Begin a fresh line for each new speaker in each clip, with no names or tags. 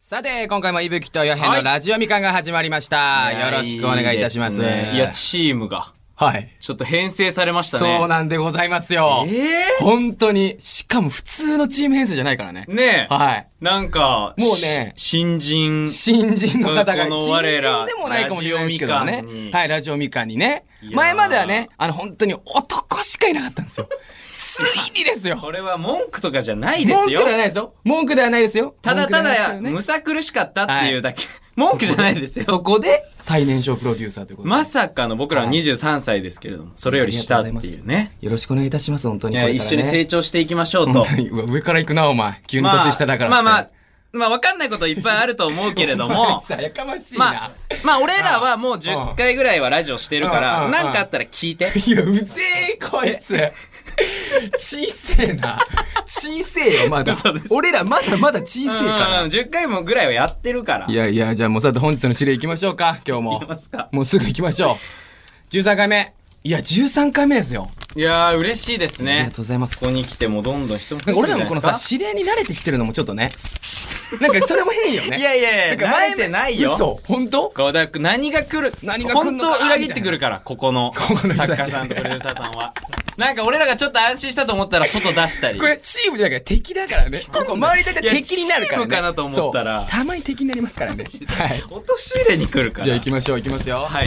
さて、今回もいぶきとよへんのラジオみかんが始まりました。よろしくお願いいたします。
いですねいや、チームが、
はい。
ちょっと編成されましたね。
そうなんでございますよ。
え
本当に。しかも普通のチーム編成じゃないからね。
ーねえ。
はい。
なんか、
もうね
し新人、
新人の方が、
こ
新
の
人
我ら
でもないかもしれないですけど
ラ
ね
ジオみかんに。
はい、ラジオみかんにね
い。やー
前まではね、あの、本当に男しかいなかったんですよ。ついにですよ。
これは文句とかじゃないで
文
す
句で
よ
は。ないですよ。文句ではないですよ。
ただた
文句ではない
だ、
ですけどね
むさ苦しかったっていうだけ。文句じゃないですよ。
そこで、最年少プロデューサーということで。
まさかの僕らは23歳ですけれども、それより下って
あり
い
がとう
う
ござい
ね。
よろしくお願いいたします、本当
い
に。
や、
これ
一
から
緒に
ね
成長していきましょうと
本。当にうわ上から行くなお前急に年下だから
まあまあ
って
まあ、わかんないこといっぱいあると思うけ れど
お前
も、
さやかましいな、
まあ、まあ、俺らはもう10回ぐらいはラジオしてるか
うんうんう
ら、
ん
なんかあったら聞いて。
いやうぜえこいつ小せえな小せえよまだ
嘘です
俺らまだまだ小せえ
う
か
んうん10回もぐらいはやってるか
ら
ら。
いやいやじゃあもうさて本日の指令行きましょうか今日も
いきますか
もうすぐ行きましょう13回目いや13回目ですよ
いやー、嬉しいです
ありが
ね
と。うございます
ここに来てもどんどん人も増え
なん
て
か
く
俺
るん
らも
じゃない
こ
で
の
すか
さ指令に慣れてきてるのもちょっとねなんかそれも変よね
いやいやいや、
なんか前
慣れてないよ。
嘘本当
こうだから何が来る
何が来んのかな
本当裏切ってくるからここの
ここの人たち
作家さんとプロデューサーさんはなんか俺らがちょっと安心したと思ったら外出したり
これチームじゃなくて敵だからね。ここ周りだけ敵になるからね。
いやチームかなと思ったら
そうたまに敵になりますからね。 はい。
落とし入れに来るから
じゃあ行きましょう、行きますよ。
はい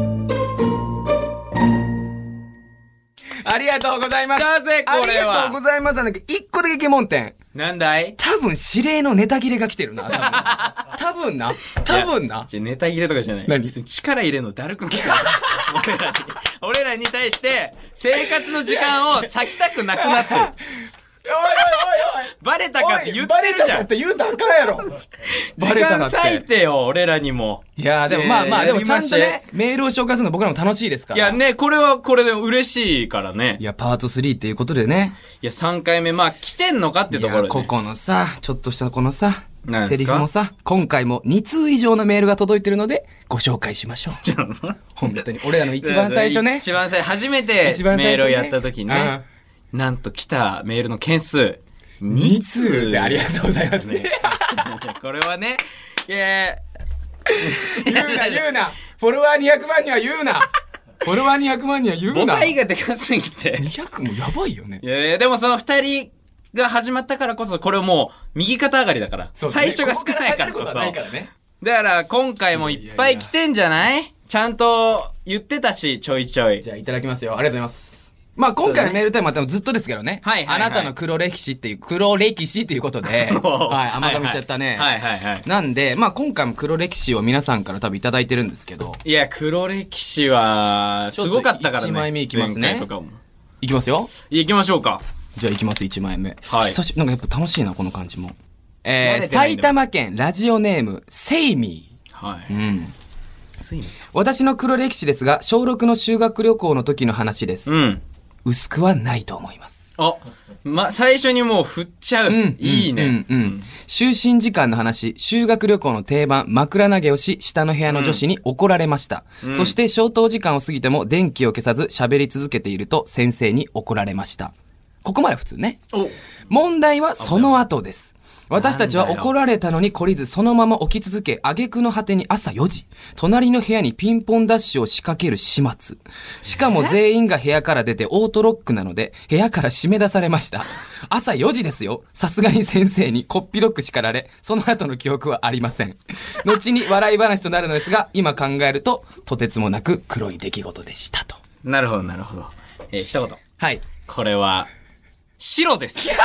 ありがとうござい
来
ます。
たぜ
あ
こ
り
れ
がとうご
は
ざいます。なんか一個だけ疑問点。
なんだい
多分指令のネタ切れが来てるな。 多分多分な。多分な。
じゃあネタ切れとかじゃない
何
別に力入れるのだるくない 俺らに俺らに対して生活の時間を割きたくなく なってる
おいおいおいおい。
バレたかって言ってる
バレ
じ
た
ゃ
か
ん
って言うたらあかんやろ。
時
バレたら
間
って
割いてよ俺らにも
いやーでもまあまあ、
えー
でもちゃんと
やりま
ね、メールを紹介するの僕らも楽しいですか
い
ら。
やね、これはこれで嬉しいからね
い。や、パート3っていうことでね。
いや、3回目、まあ、来てんのかって
い
ところ
や、
で、
こ
ね。
このさ、ちょっとしたこのさ
何です、
セ
か
リフもさ、今回も2通以上のメールが届いてるので、ご紹介しましょう。 本当に、俺らの一番最初ね。
一番最初、初めて
一番最
メー
初ね
ルをやった時ね。なんと来たメールの件数、2
2通でありがとうございますね。
これはね、いや、
言うな、言うな。フォロワー200万には言うな。フォロワー200万には言う
母
な。
体がでかすぎて。
200もやばいよね
い。やいや、でもその2人、が始まったからこそ、これもう、右肩上がりだから。
そう
最初が少ないからこ
ここ
そ。
から下がることはないからね。
だから今回もいっぱい来てんじゃないちゃんと言ってたし、ちょいちょい
じ。ゃあいただきますよ。ありがとうございます。まあ今回のメールタイムは多分ずっとですけどね。
はいはいはい
あなたの黒歴史っていう、黒歴史っていうことで、 はい、甘噛みしちゃったね。
はいはいはい。
なんで、まあ今回も黒歴史を皆さんから多分いただいてるんですけど、
いや、黒歴史は、すごかったから
ちょ
ね。
っと一枚目いきますね
前回とかも
いきますよ。
いきましょうか。
じゃあいきます、1枚目。
はい
久しなんかやっぱ楽しいな、この感じも。
慣
えー、
れてないん
埼
だ
玉県ラジオネーム、セイミ
はい。
ー。うん。
ついに。
私の黒歴史ですが、小6の修学旅行の時の話です。
うん。
薄くはないと思います。
あ、ま、最初にもう振っちゃう。いいね。
うんうんうん就寝時間の話、修学旅行の定番、枕投げをし、下の部屋の女子に怒られました。そして消灯時間を過ぎても電気を消さず喋り続けていると先生に怒られました。ここまで普通ね。
お、
問題はその後です。私たちは
なんだよ
怒られたのに懲りずそのまま起き続け、挙句の果てに朝4時、隣の部屋にピンポンダッシュを仕掛ける始末。しかも全員が部屋から出てオートロックなので、部屋から締め出されました。朝4時ですよ。さすがに先生にこっぴどく叱られ、その後の記憶はありません。後に笑い話となるのですが、今考えると、とてつもなく黒い出来事でしたと。
なるほどなるほど。えー、一言。
はい。
これは、白です。 違う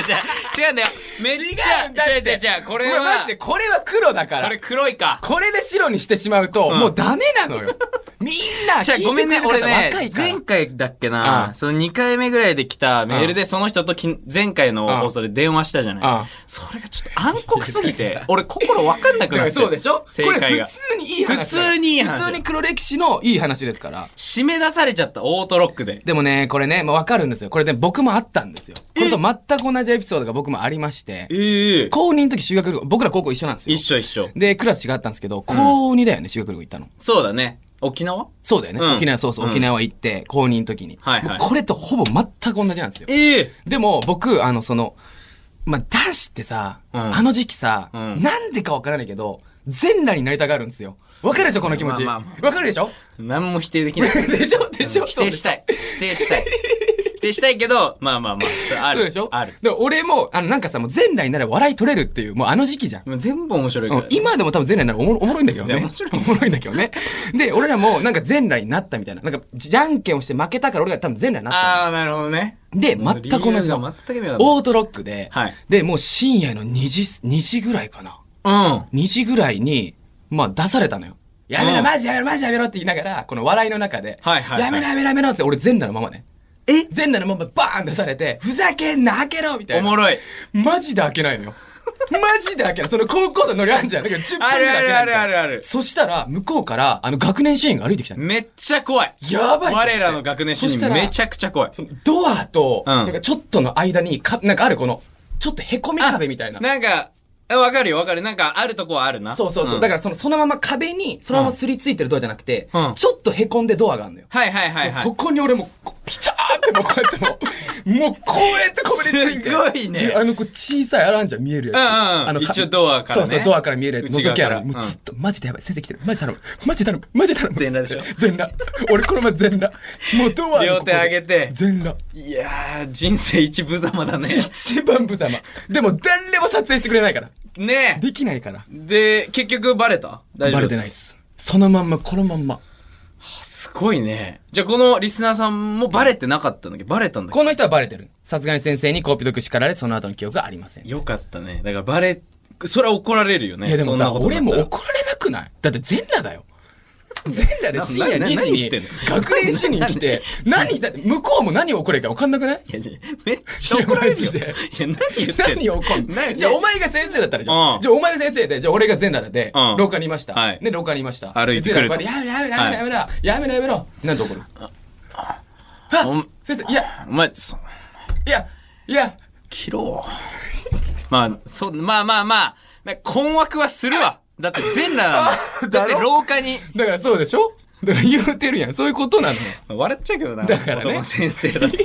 違う違うんだよ。めっちゃ、違う違う違う。これ
お前マ
は
ジで、これは黒だから。
これ黒いか。
これで白にしてしまうと、もうダメなのよ。
みんな
じゃ
聞いて
ごめんね、
くれ
俺
る方
ね
若い、から
前回だっけな、
うん
その2回目ぐらいで来たメールで、その人とき前回の放送で電話したじゃない。
うん
それがちょっと暗黒すぎて、 俺心わかんなくなって。
そうでしょ
正
こ
解が
れ普通にいい話だよ
普通にいい話
普通に黒歴史のいい話ですから
締め出されちゃった、オートロックで。
でもねこれね、まあ、分かるんですよこれね僕もあったんですよこれと全く同じエピソードが僕もありまして
ええ
高2の時修学旅行僕ら高校一緒なんですよ
一緒一緒。
でクラス違ったんですけど高2だよね、修学旅行行ったの
そうだね。沖縄
そうだよね、
うん
沖縄そうそう、
うん
沖縄行って高2の時に、
はいはい
もうこれとほぼ全く同じなんですよ
ええ
でも僕あのそのまあ男子ってさ、
うん
あの時期さ、
うん
なんでかわからないけど全裸になりたがるんですよわかるでしょこの気持ち
まあ
わ、
まあま
かるでしょ
何も否定できない。
でしょでしょ
うん否定したい。否定したい。 否定したいけど、まあまあまあ、それある。
そうでしょ
ある。
で俺もあのなんかさもう全裸になれば笑い取れるっていうもうあの時期じゃん
もう全部面白いか
う
ら
ん。今でも多分全裸になるおもろおもろいんだけど
い
ね。
や面白い
おもろいんだけどね。で、俺らもなんか全裸になったみたいな。なんか、じゃんけんをして負けたから俺が多分全裸になった
ああ、なるほどね。
の。で、
もう
全く同じ
理由が
の。
全く意味わかんない
オートロックで、
はい
で、もう深夜の2時、2時ぐらいかな。
うん。
2時ぐらいに、まあ出されたのよ。やめ
う
ろ、
ん
マジやめろ、マジやめろって言いながら、この笑いの中で、
はいはいはい
やめろ、やめろ、やめろって俺全裸のままね。え全裸のままバーン出されて、ふざけんな、開けろみたい
お
な。
もろい。
マジで開けないの よ。マジで開けない。その高校生のりあんじゃん。だから10分ぐ
ある
らい
あ
開け
る
ない
あ
みたい
る
な
あるある。
そしたら、向こうから、あの、学年主任が歩いてきたの。
めっちゃ怖い。
やばいと思って
我らの学年主
そした
任
ら
めちゃくちゃ怖い。
そのドアと、
うん
なんかちょっとの間に、か、なんかあるこの、ちょっとへこみ壁みたいな。
なんか、あわかるよわかる。なんかあるとこはあるな。
そうそうそう。だ
か
からその、そのまま壁に、そのまま擦りついてるドアじゃなくて、
うん
ちょっとへこんでドアがあるのよ。
ら。はいはいはいは
そこに俺もう、こうピチャーってもうこうやってもう、もうこうやってこびりついて。
すごいね
であの、こう小さいアランじゃん見えるやつ。
うんうんうん
あのか
一応ドアからね
そうそう、ドアから見えるやつ。
内
覗
側
き
か
あ
ら
らもううんずっと、マジでやばい。先生来てる。マジ頼む。マジ頼む。マジ頼む。
全裸でしょ
全裸。俺この前全裸。もうドアのここで
両手上げて
全裸。
い。いやー、人生一無様だね。
一番無様。でも誰も撮影してくれないから。
ねえ。
できないから。
で、結局バレた大丈夫
バレてないっす。そのまんま、このまんま。
すごいね。じゃあこのリスナーさんもバレてなかったんだけど、バレたんだけ
この人はバレてる。さすがに先生にコーピードク叱られ、その後の記憶はありません。
ど。よかったね。だからバレ、それは怒られるよね。
いやでも
そんな
さ、
ことだ
俺
ったら
も怒られなくないだって全裸だよ。全裸で深夜
なな
2時
何言っ
に
てんの
学年主任来て、何、だって向こうも何怒れるか分かんなくない
いや、じゃあめっちゃ怒られるよ。い
いや
や
マジ、
何言ってんの
何怒んの
何
じゃあお前が先生だったらじ
う
ゃ
ん
ん。じゃあお前が先生で、じゃあ俺が全裸で
うん、
廊下にいました。
はい
ね、廊下にいました。
歩いてくると
で全裸でやめろやめろやめろやめろやめろやめろやめろなんで怒る
お
あ先生、いや、
お前、そ
いや、いや、
切ろう。まあ、そう、まあまあまあ、なんか困惑はするわ。だって全裸なんだ。だって廊下に。
だからそうでしょだから言うてるやん。そういうことなのよ。
笑っちゃうけどな。
だからね
子供先生だったら。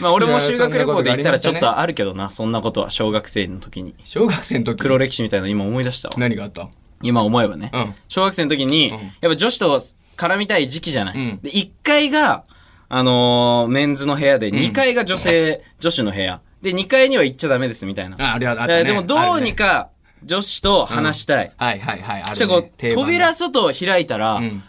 まあ俺も修学旅行で行ったらちょっとあるけどな、そんなことは小学生の時に。
小学生の時。
黒歴史みたいなの今思い出したわ。
何があった
今思えばね、
うん
小学生の時に、やっぱ女子と絡みたい時期じゃない、
うん
で1階が、あのーメンズの部屋で2階が女性、女子の部屋で2階には行っちゃダメですみたいな、
あ、あれはあった
で
ね。
でもどうにか女子と話したい、
あるね。はいはいはい。あ
そ
る
したらこう、
定番
扉外を開いたら、
ん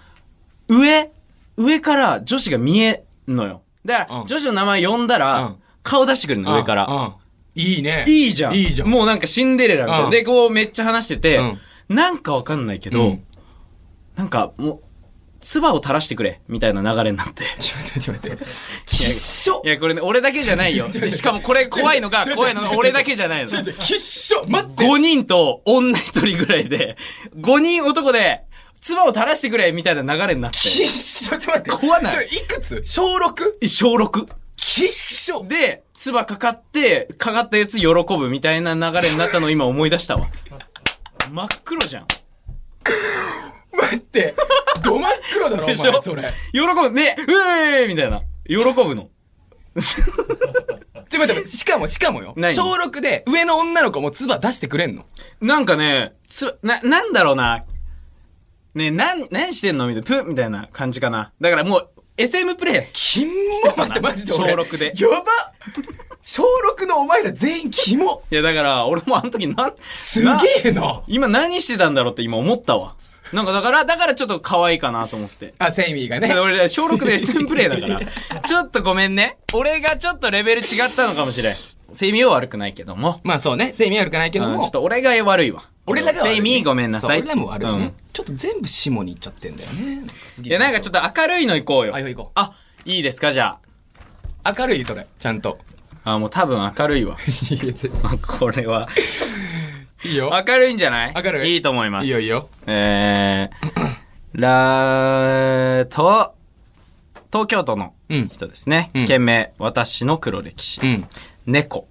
上上から女子が見えんのよだから、
うん
女子の名前呼んだら、
うん
顔出してくるの上から、
うんうんいいね。
いいじゃん。
いいじゃん。
もうなんかシンデレラみたいな。
うん
で、こうめっちゃ話してて、
うん
なんかわかんないけ
う
ど、
ん
なんかもう、唾を垂らしてくれ、みたいな流れになって。
ちょっと待って、ちょっと待って。きっしょ
いや、これね、俺だけじゃ ないよ。でしかもこれ怖いのが、
ちょちょ
怖いのが
ちょちょ
俺だけじゃないの
ち。ょちょ、きっしょ待って
5人と女1人ぐらいで、5人男で、唾を垂らしてくれ、みたいな流れになって。
きっしょちょっと待って。
怖ない
それいくつ小 6?
小6。
きっしょ
で、唾かかって、かかったやつ喜ぶみたいな流れになったのを今思い出したわ。真っ黒じゃん。
待って。ど真っ黒だろ、お前
でしょ
それ。
喜ぶね、うえーみたいな。喜ぶの。
ちょっと待って、しかも、しかもよ。
何
小6で上の女の子も唾出してくれんの。
なんかね、つ、な、なんだろうな。ね、なん、何してんのみたいな、プッみたいな感じかな。だからもう、SM プレイ。
キモ待って、マジで俺。
小六で
やば小6のお前ら全員キモ
いや、だから、俺もあの時なん、
す
な
げえな
今何してたんだろうって今思ったわ。なんかだから、だからちょっと可愛いかなと思って。
あ、セイミーが
だ
ね
から。俺、小6で SM プレイだから。ちょっとごめんね。俺がちょっとレベル違ったのかもしれん。セミは悪くないけども。
まあそうね、セミ悪くないけど
うん
も
ちょっ、と俺が悪いわ。
俺らが悪いね
セミごめんなさい。
そう俺らも悪いね、
うん
ちょっと全部下に行っちゃってんだよね。
いや、なんかちょっと明るいの行こうよ。
あ、行こ
あ、いいですか、じゃ
う。明るい、それ。ちゃんと。
あ。あ、もう多分明るいわ。 これは。
いいよ。
明るいんじゃない
明るい
いいと思います。
いいよ、いいよ。
えー、らーと、東京都の
うん
人ですね。
うん
件名、私の黒歴史。
うん。
猫。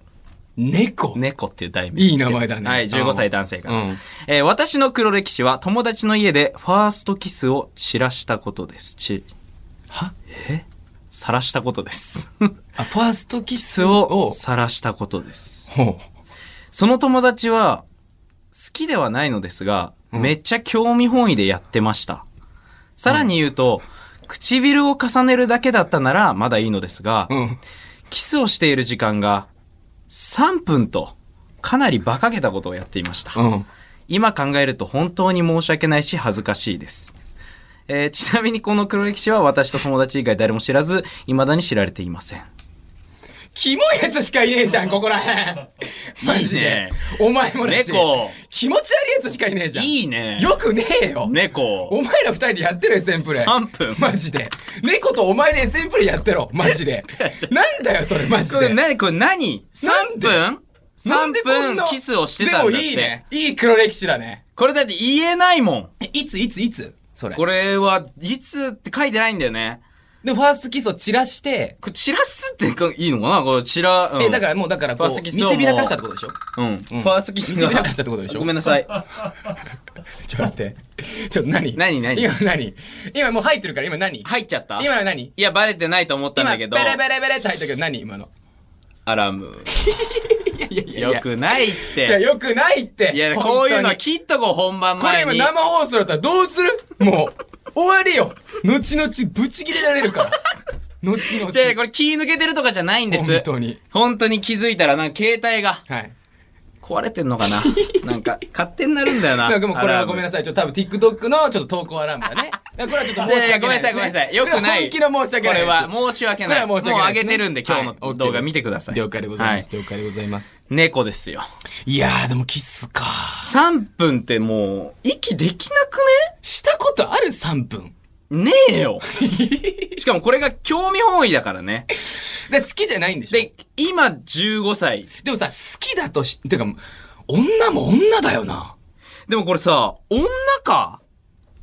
猫。
猫っていう題名。
いい名前だね
はい、15歳男性から。
うん
えー私の黒歴史は友達の家でファーストキスを散らしたことです。ち、
は
さらしたこと です。
あ、ファーストキス
巣を
を。
さらしたことです。
ほ
その友達は、好きではないのですが、
うん
めっちゃ興味本位でやってました。さらに言うと、唇を重ねるだけだったならまだいいのですが、
う。うん。
キスをしている時間が3分と、かなり馬鹿げたことをやっていました。
うん。
今考えると本当に申し訳ないし恥ずかしいです。えーちなみにこの黒歴史は私と友達以外誰も知らず、未だに知られていません。
キモいやつしかいねえじゃん、ここら へん。マジで。お前もだし。
猫
気持ち悪いやつしかいねえじゃん。
いいね
よくねえよ。
猫
お前ら二人でやってる SM プレイ。
3分
マジで。猫とお前で SM プレイやってろ。マジ で。なんだよ、それ、マジ
これ
で。
何これ何
なん
3
で
分
なんで
?3
こん
分
な
キスをしてたんだって。
でもいいね。いい黒歴史だね。
これだって言えないもん。
えいつ、いつ、いつそれ。
これはいつって書いてないんだよね。
で、ファーストキスを散らして、
これ散らすってかいいのかなこれ散ら、うん、
え、だからもう、だからこ
ファー
う、
スト
見
キスをもう
せびらかしたってことでしょ
ら、うん。ファーストキス
見せびらかしたってことでしょ
ごめんなさい。
ちょっと待って。ちょっと何
何何
今何今もう入ってるから、今何
入っちゃった
今の何
いや、バレてないと思ったん
今、
だ
ベ
け
レ
ど。
ベレベレって入ったけど、何今の。
アラーム。
いやい
よくないっ
じゃあ
て。
よくないって。
いや、こうい
本
うのは
当に
切っとこう、本番
これ
前
今
に。
生放送だったらどうするもう、終わりよ。後々ブチ切れられる から。後々。
じゃあこれ気抜けてるとかじゃないんです。
本当に。
本当に気づいたら、なんか携帯が
はい。
壊れてんの かななんか、勝手になるんだよな。
なんかもうこれはごめん
な
なさい。ちょっと多分 TikTok のちょっと投稿アラーム だね。だからこれはちょっと申し訳ない
いやいやごめんなさい、ごめんなさい。よくない。
これは本気の申し訳ないです。
これは申し訳
これ
ない。
は申し訳ない
もう
ですね。
上げてるんで、今日
は
の
い
動
OK で
画
す
見てください。
了解でございます
は。
了解でございます。
猫ですよ。
いやー、でもキスか。
3分ってもう、息できなく
したことある ?3 分。
ねねえ よ。しかもこれが興味本位だからね。
で、好きじゃないんでしょで
で、今15歳。
もさ、好きだとし、てか、女も女だよな。
でもこれさ、女か。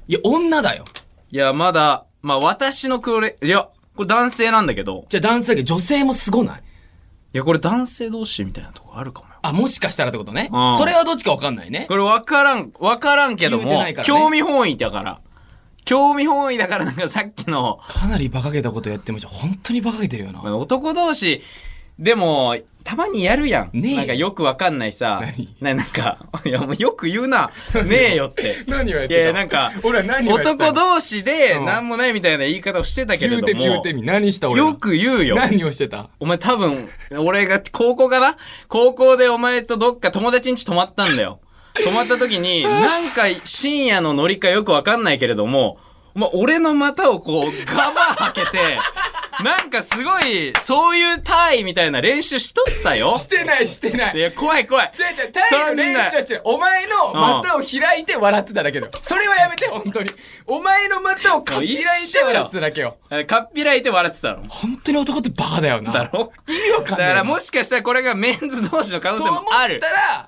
いや、女だよ。
いや、まだ、まあ私の黒れ、いや、これ男性なんだけど、
じゃあ男性だけど女性もすごない
いや、これ男性同士みたいなとこあるかもよ。
あ、もしかしたらってことね。
うん
それはどっちかわかんないね。
これ分からん、分からんけども、
言うてないからね
興味本位だから。興味本位だからなんかさっきの、
かなり馬鹿げたことやってました。本当に馬鹿げてるよな。
男同士、でも、たまにやるやん。
ねえよ
なんかよく分かんないさ
何。
ななんか、いや、もうよく言うな。ねえよって。
何をや
いやいや、なんか、
俺は何をやってたの
男同士で、
うん
なんもないみたいな言い方をしてたけれ
言う
ども、
てみ言うてみ。何した俺は
よく言うよ。
何をしてた
お前多分、俺が高校かな高校でお前とどっか友達ん家泊まったんだよ。泊まった時に、なんか深夜の乗り換えよくわかんないけれども、お前俺の股をこう、ガバー開けて、なんかすごい、そういう体位みたいな練習しとったよ。
してないしてない。
い
違う
や、怖い怖い。
違う、体育の練習はしてる。お前の股を開いて笑ってただけだよ。それはやめて、本当に。お前の股を開いて笑ってただけよ。
えかっぴらいて笑ってたの。
本当に男ってバカだよな。
だろ
意味わか
だ
んない。
からもしかしたらこれがメンズ同士の可能
そう
性
思
も
っ
ある。
た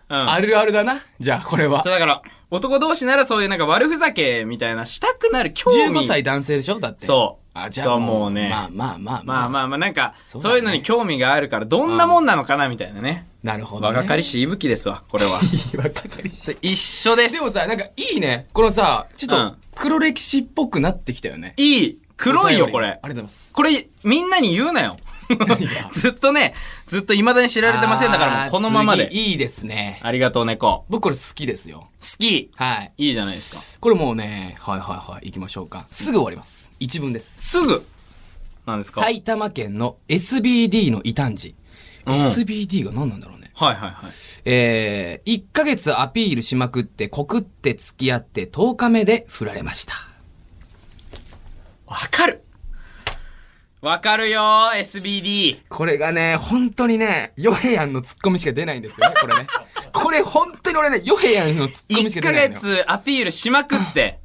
うん
ら、あるあるだな。じゃあ、これは
そう。だから、男同士ならそういうなんか悪ふざけみたいなしたくなる興味。
15歳男性でしょだって。
そう
あ、じ
そ
ゃあ
うもうね
まあまあまあ
まあまあまあ、なんか、
そ
そう
だ
う,、
ね
いうのに興味があるから、どんなもんなのかな、みたいなね。
なるほど、ね。
若かりしいぶきですわ、これは。
若かりし。
一緒です。
でもさ、なんかいいね。このさ、ちょっ
う
と
ん
黒歴史っぽくなってきたよね。
いい。黒いよ、こ
お便り
れ
あ。りがとうございます。
これ、みんなに言うなよ
が。
ずっとね、ずっと未だに知られてませんだから、も
あ
う
ー
このままで。
次いいですね。
ありがとう、猫。
僕これ好きですよ。
好き。
はい。
いいじゃないですか。
これもうね、はいはいはい、行きましょうか。すぐ終わります。一文です。
すぐ。なんですかはい
埼玉県の SBD の異端児。
うん
SBD が何なんだろうね。
はいはい。
えー、1ヶ月アピールしまくって、告って付き合って10日目で振られました。
わかる。わかるよー SBD。
これがね、本当にね、ヨヘヤンのツッコミしか出ないんです よね、これね。これ本当に俺ね、ヨヘヤンのツッコミし
1
か出
ヶ
ないのよ。
月アピールしまくって、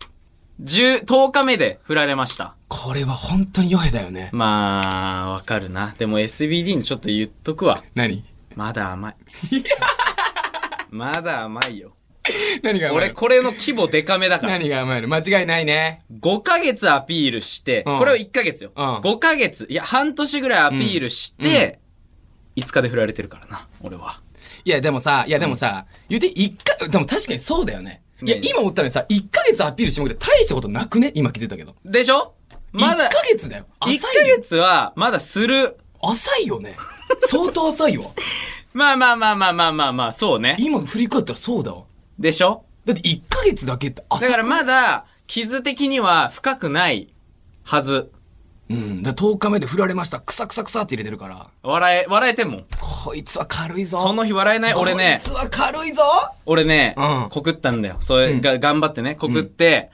10、10日目で振られました。
これは本当にヨヘだよね。
まあ、わかるな。でも SBD にちょっと言っとくわ。
何
まだ甘い。まだ甘いよ。
何が甘い
俺、
の
これの規模デカめだから。
何が甘いの間違いないね。
5ヶ月アピールして、
うん
これを1ヶ月よ。
うん
5ヶ月、いや、半年ぐらいアピールして、5日で振られてるからな、俺は。
いや、でもさ、いや、でもさ、言うて一か、でも確かにそうだよね。いや、
ね
今思ったのにさ、1ヶ月アピールしてもらって大したことなくね今気づいたけど。
でしょま
1、
だ
ヶ月だよ。浅
1
い
ヶ
よ。
月は、まだする。
浅いよね。相当浅いわ。
まあまあまあまあまあまあまあ、そうね。
今振り返ったらそうだわ。
でしょ
だって1ヶ月だけって浅
だ
い。
からまだ、傷的には深くないはず。
うん。だから10日目で振られました。くさくさくさって入れてるから。
笑え、笑えてんもん。
こいつは軽いぞ。
その日笑えない俺ね
こいつ、は軽いぞ。
俺ね、
うん
告ったんだよ。それが、頑張ってね、告って、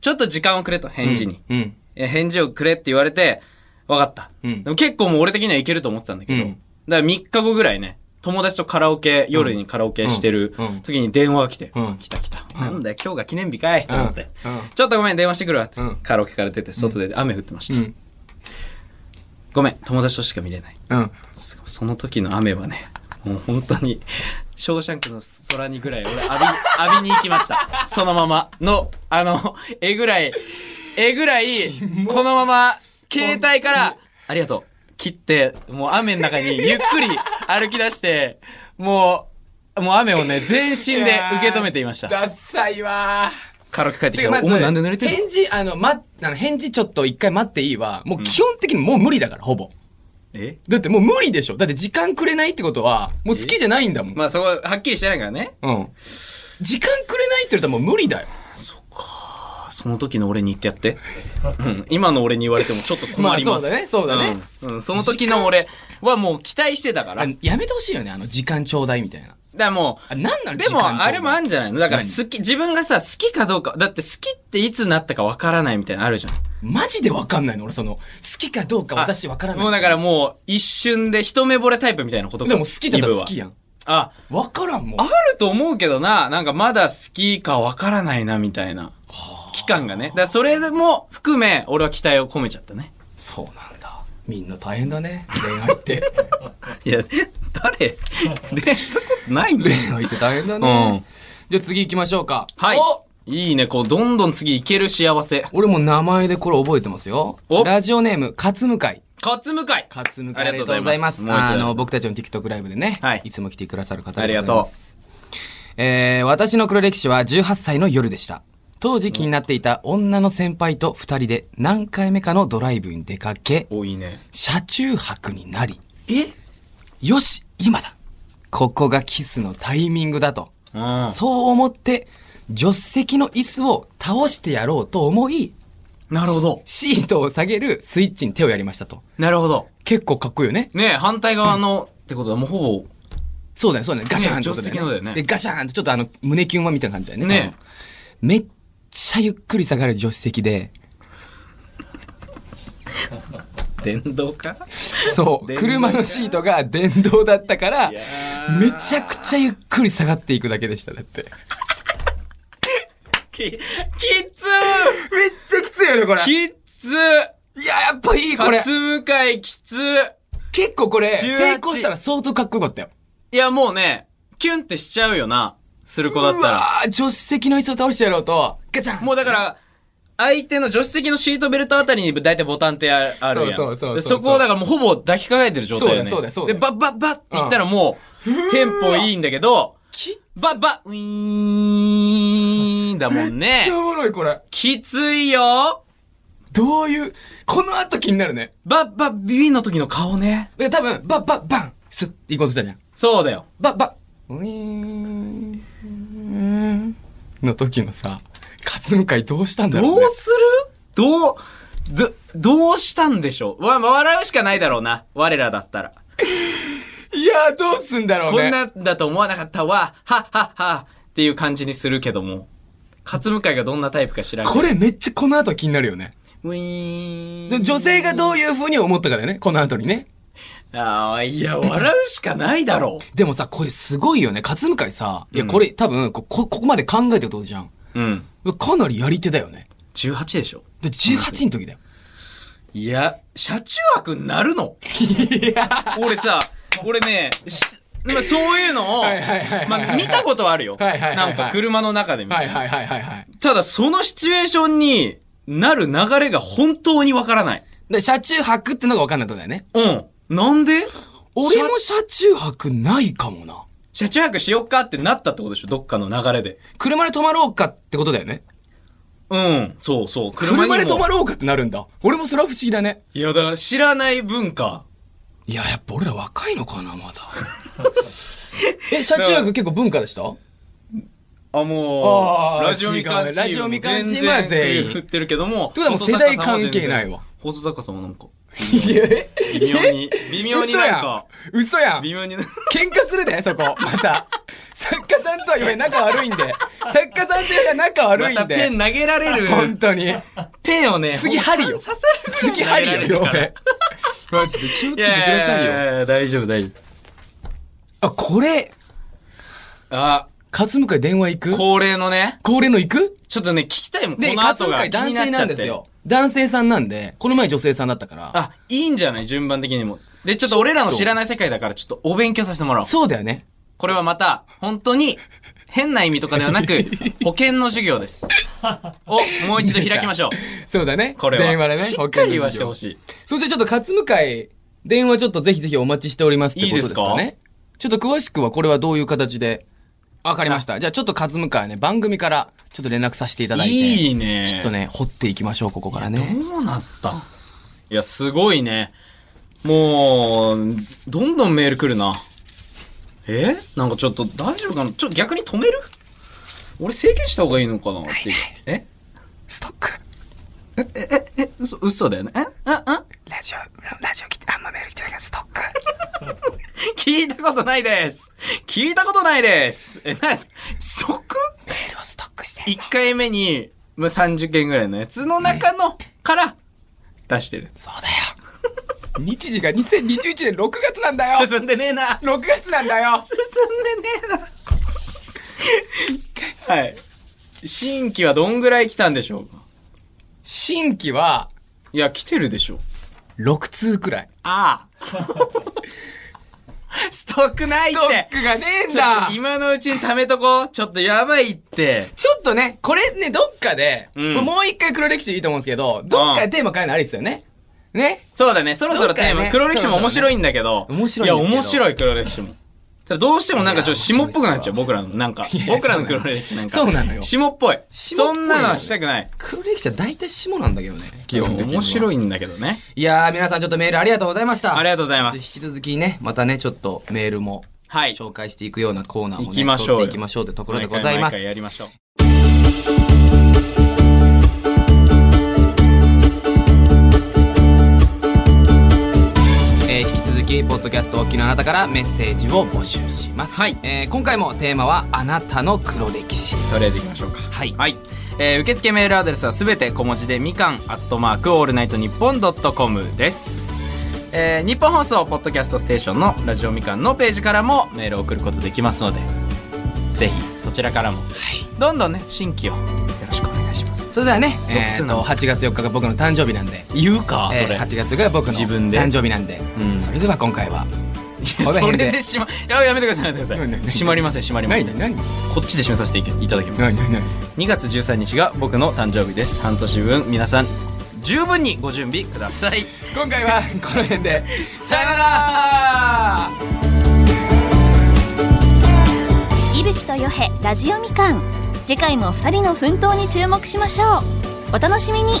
ちょっと時間をくれと、返事に。
うん。
え返事をくれって言われて、わかった。
うん
でも結構もう俺的にはいけると思ってたんだけど、
うん
だから3日後ぐらいね、友達とカラオケ、夜にカラオケしてる
うんうん
時に電話が来て、
うん
来た来た。なんだよ、今日が記念日かいと思って、
うんうん
ちょっとごめん、電話してくるわって、
うん
カラオケから出て、外で雨降ってました。
うん
ごめん、友達としか見れない。
うん。
すごいその時の雨はね、もう本当に、ショーシャンクの空にぐらい俺浴び、 浴びに行きました。そのままの、あの、絵ぐらい、絵ぐらい、このまま、携帯から、ありがとう、切って、もう雨の中にゆっくり歩き出して、もう、もう雨をね、全身で受け止めていました。
ダッサいわー。
カラオケ帰ってき
て
て、
かまず
お前なんで濡れてるの
返事、あの、ま、あの、返事ちょっと一回待っていいは、もう基本的にもう無理だから、ほぼ。
え
だってもう無理でしょ。だって時間くれないってことは、もう好きじゃないんだもん。
まあそこははっきりしてないからね。
うん。時間くれないって言ったらもう無理だよ。
その時の俺に言ってやって。うん、今の俺に言われてもちょっと困ります。
まあそうだねそうだね
うん。うんその時の俺はもう期待してたから。
あ
だか
やめてほしいよね、あの、時間ちょうだいみたいな。
らも
あ、なんな
う、
の
で
時間ちょう
も
だい
あれもあるんじゃないのだから
何
好き、自分がさ、好きかどうか、だって好きっていつなったかわからないみたいなのあるじゃん。
マジでわかんないの俺その、好きかどうか
あ
私わからない。
もうだからもう一瞬で一目惚れタイプみたいなことか
でも好きだったら好き
イブは
やん。
あ、
わからんもん。
あると思うけどな、なんかまだ好きかわからないなみたいな期間がね。だからそれも含め、俺は期待を込めちゃったね。
そうなんだ。みんな大変だね。恋愛って。
いや、誰恋愛したことないんだよ。
恋愛って大変だね。
うん
じゃあ次行きましょうか。
はい
お。
いいね、こう、どんどん次いける幸せ。
俺も名前でこれ覚えてますよ。
お
ラジオネーム、勝向井。
勝向かい
勝向井ありがとうございます。
もう一度
あの、僕たちの TikTok ライブでね、
はい
い、つも来てくださる方
あ
で
りが
ござい
と
ます。えー、私の黒歴史は18歳の夜でした。当時気になっていた女の先輩と二人で何回目かのドライブに出かけ、
う。お、いいね。
車中泊になり、
え
よし今だここがキスのタイミングだと。
うん。
そう思って、助手席の椅子を倒してやろうと思い、
なるほど。
シートを下げるスイッチに手をやりましたと。
なるほど。
結構かっこいいよね。
ねえ反対側の、ってことはもうほ
そうだね、そうだね。ガシャーンってことだ
助手席のだ
よ
よ
ね。
ね
で、ガシャーンってちょっとあの、胸キュンはみたいな感じだよね。
ね
多分めっちゃゆっくり下がる助手席で、
ぼ、電動か
そう、
電動
車のシートが電動だったから、
ー
めちゃくちゃゆっくり下がっていくだけでした、だって。
き、きっつ
めっちゃきついよね、これ
ーきっつ
いや、やっぱいい、これ。
勝向かいきつー
結構これ、
18
成功したら相当かっこよかったよ。
いや、もうね、キュンってしちゃうよな。する子だっ
う
たら。
わー助手席の椅子を倒してやろうと、ガチャン
もうだから、相手の助手席のシートベルトあたりに大体ボタンってああるや
そうそ
ん。
うそうそう
でそこをだからもうほぼ抱きかかえてる状態よね。
そうだよそうだよそうだよ
で、バッバッバッって言ったらもう、テンポいいんだけど、
きっ
バッバッ、ウィーンだもん
ちゃ
ね。
おもろい、これ。
きついよ
どういう、この後気になるね。
バッバッビビンの時の顔ね。
いや、多分、バッバッバンスッって行こうとしたじゃん。
そうだよ。
バッバッウィーンの時のさ、勝向井どうしたんだろう、
ど
ね
う、するどう、ど、どうしたんでしょうわ、笑うしかないだろうな。我らだったら。
いやー、どうすんだろうね。
こんなんだと思わなかったわ、はっはっはっていう感じにするけども、勝向井がどんなタイプか知らんけど
これめっちゃこの後気になるよね。
ウィー
で
ン。
女性がどういう風に思ったかだよね、この後にね。
ああ、いや、笑うしかないだろ
でもさ、これすごいよね。勝向井さ、いや、これ多分こ、こ、ここまで考えてるってことじゃん。
う。うん。
かなりやり手だよね。
18でしょ。
で、18の時だよ。
いや、車中泊になるの俺さ、俺ね、しでもそういうのを、
はいはいはいはいはい
まあ見たことはあるよ。
はいはいはいはい
なんか車の中でみたいな。
はいはいはいはいはい。
ただそのシチュエーションになる流れが本当にわからない。
で、車中泊ってのが分かんないってことだよね。
うん。なんで
俺も車中泊ないかもな。
車中泊しよっかってなったってことでしょどっかの流れで。
車で泊まろうかってことだよね。
うん。そうそう。
車
にも
で泊まろうかってなるんだ。俺もそれは不思議だね。
いや、だから知らない文化。
いや、やっぱ俺ら若いのかな、ま だ。え、車中泊結構文化でした
あ、も
あー
う、ラジオみかん
違
チーム。
うラジオみかんチームは全員
振ってるけども。
てことはもう世代関係ないわ
放送作家さんはなんか、
いやえ
微妙に、微妙に
嘘
なん
や
か
ん、。嘘やん。
微妙にな、
喧嘩するで、そこ。また。作家さんとは言え仲悪いんで。作家さんと言え仲悪
ま
い
た
ん
ペ
で
ン。投げられ
本
る。
当に。
ペンをね、
次針よ
刺される。
次、針よ、
投げ
両
られる
平。マジで気をつけてく
から
ださい
やや
よ。
やや大丈夫、大丈
あ、これ、
夫。あ、
勝向井電話行く
恒例のね、
恒例の行く
ちょっとね、聞きたいもん。
で、
この後
勝向
が
井
気
男
になっ
性
ちゃ
な
っ
んです
て。
よ。男性さんなんで、この前女性さんだったから。
あ、いいんじゃない順番的にも。で、ちょっと俺らの知らない世界だから、ちょっとお勉強させてもらおう。
そうだよね。
これはまた、本当に、変な意味とかでは なく、保険の授業です。を、もう一度開きましょう。
そうだね。
これは。
電話でね。
しっか
保
り
険の授業
はしてほしい。
そしてちょっと勝向井、電話ちょっとぜひぜひお待ちしておりますってことですかね。
いい
ちょっと詳しくはこれはどういう形で。わかりました。じゃあちょっと勝向井ね、番組からちょっと連絡させていただいて。
いいね
ちょっとね、掘っていきましょう、ここからね。
どうなったいや、すごいね。もう、どんどんメール来るな。えなんかちょっと大丈夫かなちょっと逆に止める俺制限した方がいいのかなっていう。え
ストック。
嘘、嘘だよね。えあ、あ
ラジオ、ラジオ来て、あんまメール来てないから、ストック。
聞いたことないです聞いたことないですえ、なんですかストック
メールをストックして。
1回目に、まあ、30件ぐらいのやつの中のから出してる。
そうだよ。日時が2021年6月なんだよ
進んでねえな
!6 月なんだよ
進んでねえなはい。新規はどんぐらい来たんでしょうか
新規はい
や、来てるでしょ。
6通くらい。
あ あ。ストックないっ
ストッ
て
クがねえん
ちょっ
だ
と今のうちに貯めとこう。ちょっとやばいって。
ちょっとね、これね、どっかで、
うん
もう一回黒歴史でいいと思うんですけど、どっかでテーマ変えるのありですよね。ね
そうだね、そろそろテーマ、
どっかね
黒歴史も面白いんだけど。
ろね面白いんですけど
いや、面白い黒歴史も。ただどうしてもなんかちょっと霜っぽくなっちゃう、
いや
僕らの。なんか
いや、
僕らの黒歴史なんか。
そうなのよ
霜っぽい。
霜
そ
っぽいのよ
んなのはしたくない。
黒歴史は大体下なんだけどね。
いや、面白
い。
いんだけどね。
いやー、皆さんちょっとメールありがとうございました。
ありがとうございま
ぜひ
す。
引き続きね、またね、ちょっとメールも
はい。
紹介していくようなコーナーもね、
行きましょうよ
撮っていきましょうってところでございま
毎回毎回
す。
やりましょう。
えー引き続き、ポッドキャスト沖のあなたからメッセージを募集します。
はい
えー今回もテーマは、あなたの黒歴史。
とりあえず行きましょうか。
はい。
はい。えー受付メールアドレスはすべて小文字でみかんアットマークオールナイトニッポンドットコムです。えー日本放送ポッドキャストステーションのラジオみかんのページからもメールを送ることできますので、ぜひそちらからも、どんどんね新規をよろしくお願いします。
それではね、え
通
ー、
な
と
の
8月4日が僕の誕生日なんで、
言うか
えー8月が僕の
自分で
誕生日なんで、
うん
それでは今回はこの
それ
辺で
でしま、ややめてくださいやめてください。
何何何
閉まりません閉まりません。
何
こっちで締めさせていけいただきます。
何
2月13日が僕の誕生日です。半年分皆さん十分にご準備ください。
今回はこの辺で
さよなら
伊吹とよへラジオみかん次回も2人の奮闘に注目しましょうお楽しみに